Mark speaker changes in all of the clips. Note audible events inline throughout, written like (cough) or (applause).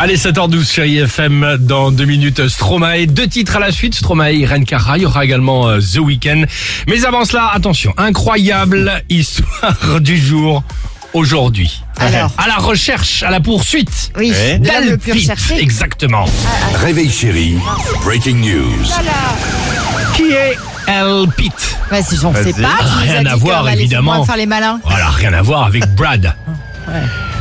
Speaker 1: Allez, 7h12 sur IFM dans deux minutes. Stromae, deux titres à la suite. Stromae, Irene Cara. Il y aura également euh, The Weeknd. Mais avant cela, attention, incroyable histoire (laughs) du jour aujourd'hui.
Speaker 2: Alors.
Speaker 1: À la recherche, à la poursuite.
Speaker 2: Oui,
Speaker 3: Ouais.
Speaker 2: l'homme le plus
Speaker 1: Pitt,
Speaker 2: recherché.
Speaker 1: Exactement.
Speaker 3: Réveil chéri, breaking news.
Speaker 1: Qui est
Speaker 2: Ah.
Speaker 1: El Pitt
Speaker 2: Bah, si j'en sais
Speaker 3: Vas-y.
Speaker 2: pas. tu nous
Speaker 1: Rien
Speaker 2: as dit
Speaker 1: à
Speaker 2: que,
Speaker 1: voir,
Speaker 2: bah,
Speaker 1: évidemment.
Speaker 2: laissez-moi faire les malins.
Speaker 1: Voilà, Oh, rien à voir avec Brad.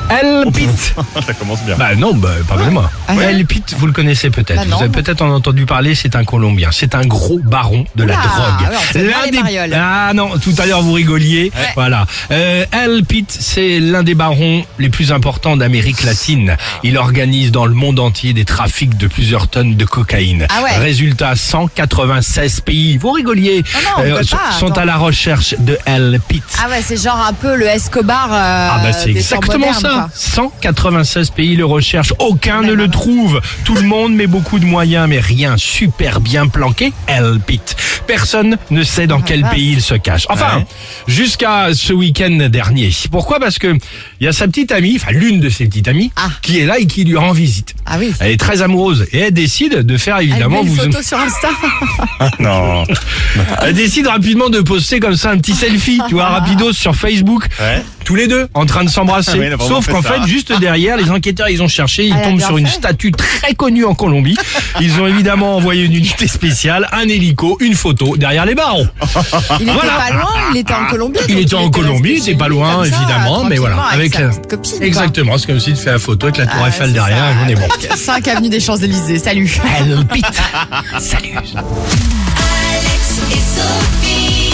Speaker 1: El Pitt.
Speaker 3: (laughs) Ça commence bien.
Speaker 1: Bah non, bah, pardonnez-moi.
Speaker 2: Ah ouais
Speaker 1: El Pitt, vous le connaissez peut-être.
Speaker 2: Bah non.
Speaker 1: vous avez peut-être en entendu parler, c'est un Colombien. C'est un gros baron de la
Speaker 2: Oula,
Speaker 1: drogue.
Speaker 2: alors, c'est pas les marioles.
Speaker 1: Ah non, tout à l'heure vous rigoliez. Voilà. Euh, El Pitt, c'est l'un des barons les plus importants d'Amérique latine. Il organise dans le monde entier des trafics de plusieurs tonnes de cocaïne.
Speaker 2: Ah ouais.
Speaker 1: Résultat, 196 pays, vous rigoliez, euh,
Speaker 2: Ah non, on peut
Speaker 1: sont-
Speaker 2: pas,
Speaker 1: sont
Speaker 2: attends.
Speaker 1: à la recherche de El Pitt.
Speaker 2: Ah ouais, c'est genre un peu le Escobar. euh,
Speaker 1: Ah bah c'est
Speaker 2: des temps
Speaker 1: exactement
Speaker 2: modernes,
Speaker 1: ça.
Speaker 2: quoi.
Speaker 1: 196 pays le recherchent, aucun ne le trouve. Tout
Speaker 2: (laughs)
Speaker 1: le monde met beaucoup de moyens, mais rien. Super bien planqué, El Pit. Personne ne sait dans quel
Speaker 2: vache.
Speaker 1: pays il se cache. Enfin,
Speaker 3: Ouais.
Speaker 1: jusqu'à ce week-end dernier. Pourquoi Parce que il y a sa petite amie, enfin l'une de ses petites amies,
Speaker 2: Ah.
Speaker 1: qui est là et qui lui rend visite.
Speaker 2: Ah oui.
Speaker 1: Elle est très amoureuse et elle décide de faire Eh, évidemment.
Speaker 2: Avec
Speaker 1: vous-
Speaker 2: une photo
Speaker 1: (laughs)
Speaker 2: sur Insta.
Speaker 3: Non.
Speaker 1: Elle décide rapidement de poster comme ça un petit selfie, tu vois, rapidos sur Facebook.
Speaker 3: Ouais. Ah
Speaker 1: Tous les deux en train de s'embrasser.
Speaker 3: Oui, elle a vraiment
Speaker 1: Sauf
Speaker 3: fait
Speaker 1: qu'en
Speaker 3: ça.
Speaker 1: fait, juste derrière, les enquêteurs, ils ont cherché, ils
Speaker 2: Elle a
Speaker 1: tombent
Speaker 2: bien
Speaker 1: sur une
Speaker 2: fait.
Speaker 1: statue très connue en Colombie. Ils ont évidemment envoyé une unité spéciale, un hélico, une photo derrière les barreaux.
Speaker 2: Il était
Speaker 1: Voilà.
Speaker 2: pas loin, il était en Colombie.
Speaker 1: Il
Speaker 2: donc
Speaker 1: était en
Speaker 2: resté
Speaker 1: Colombie,
Speaker 2: chez
Speaker 1: c'est
Speaker 2: lui
Speaker 1: pas loin,
Speaker 2: comme ça,
Speaker 1: évidemment, mais voilà.
Speaker 2: tranquillement,
Speaker 1: Avec
Speaker 2: Avec, sa
Speaker 1: la-
Speaker 2: petite copine. Ah,
Speaker 1: Exactement, c'est comme si tu fais la photo avec la tour Eiffel derrière, et on est bon.
Speaker 2: 5 avenue des Champs-Élysées. Salut. (laughs)
Speaker 1: Elle pite. Salut.
Speaker 4: Alex et Sophie.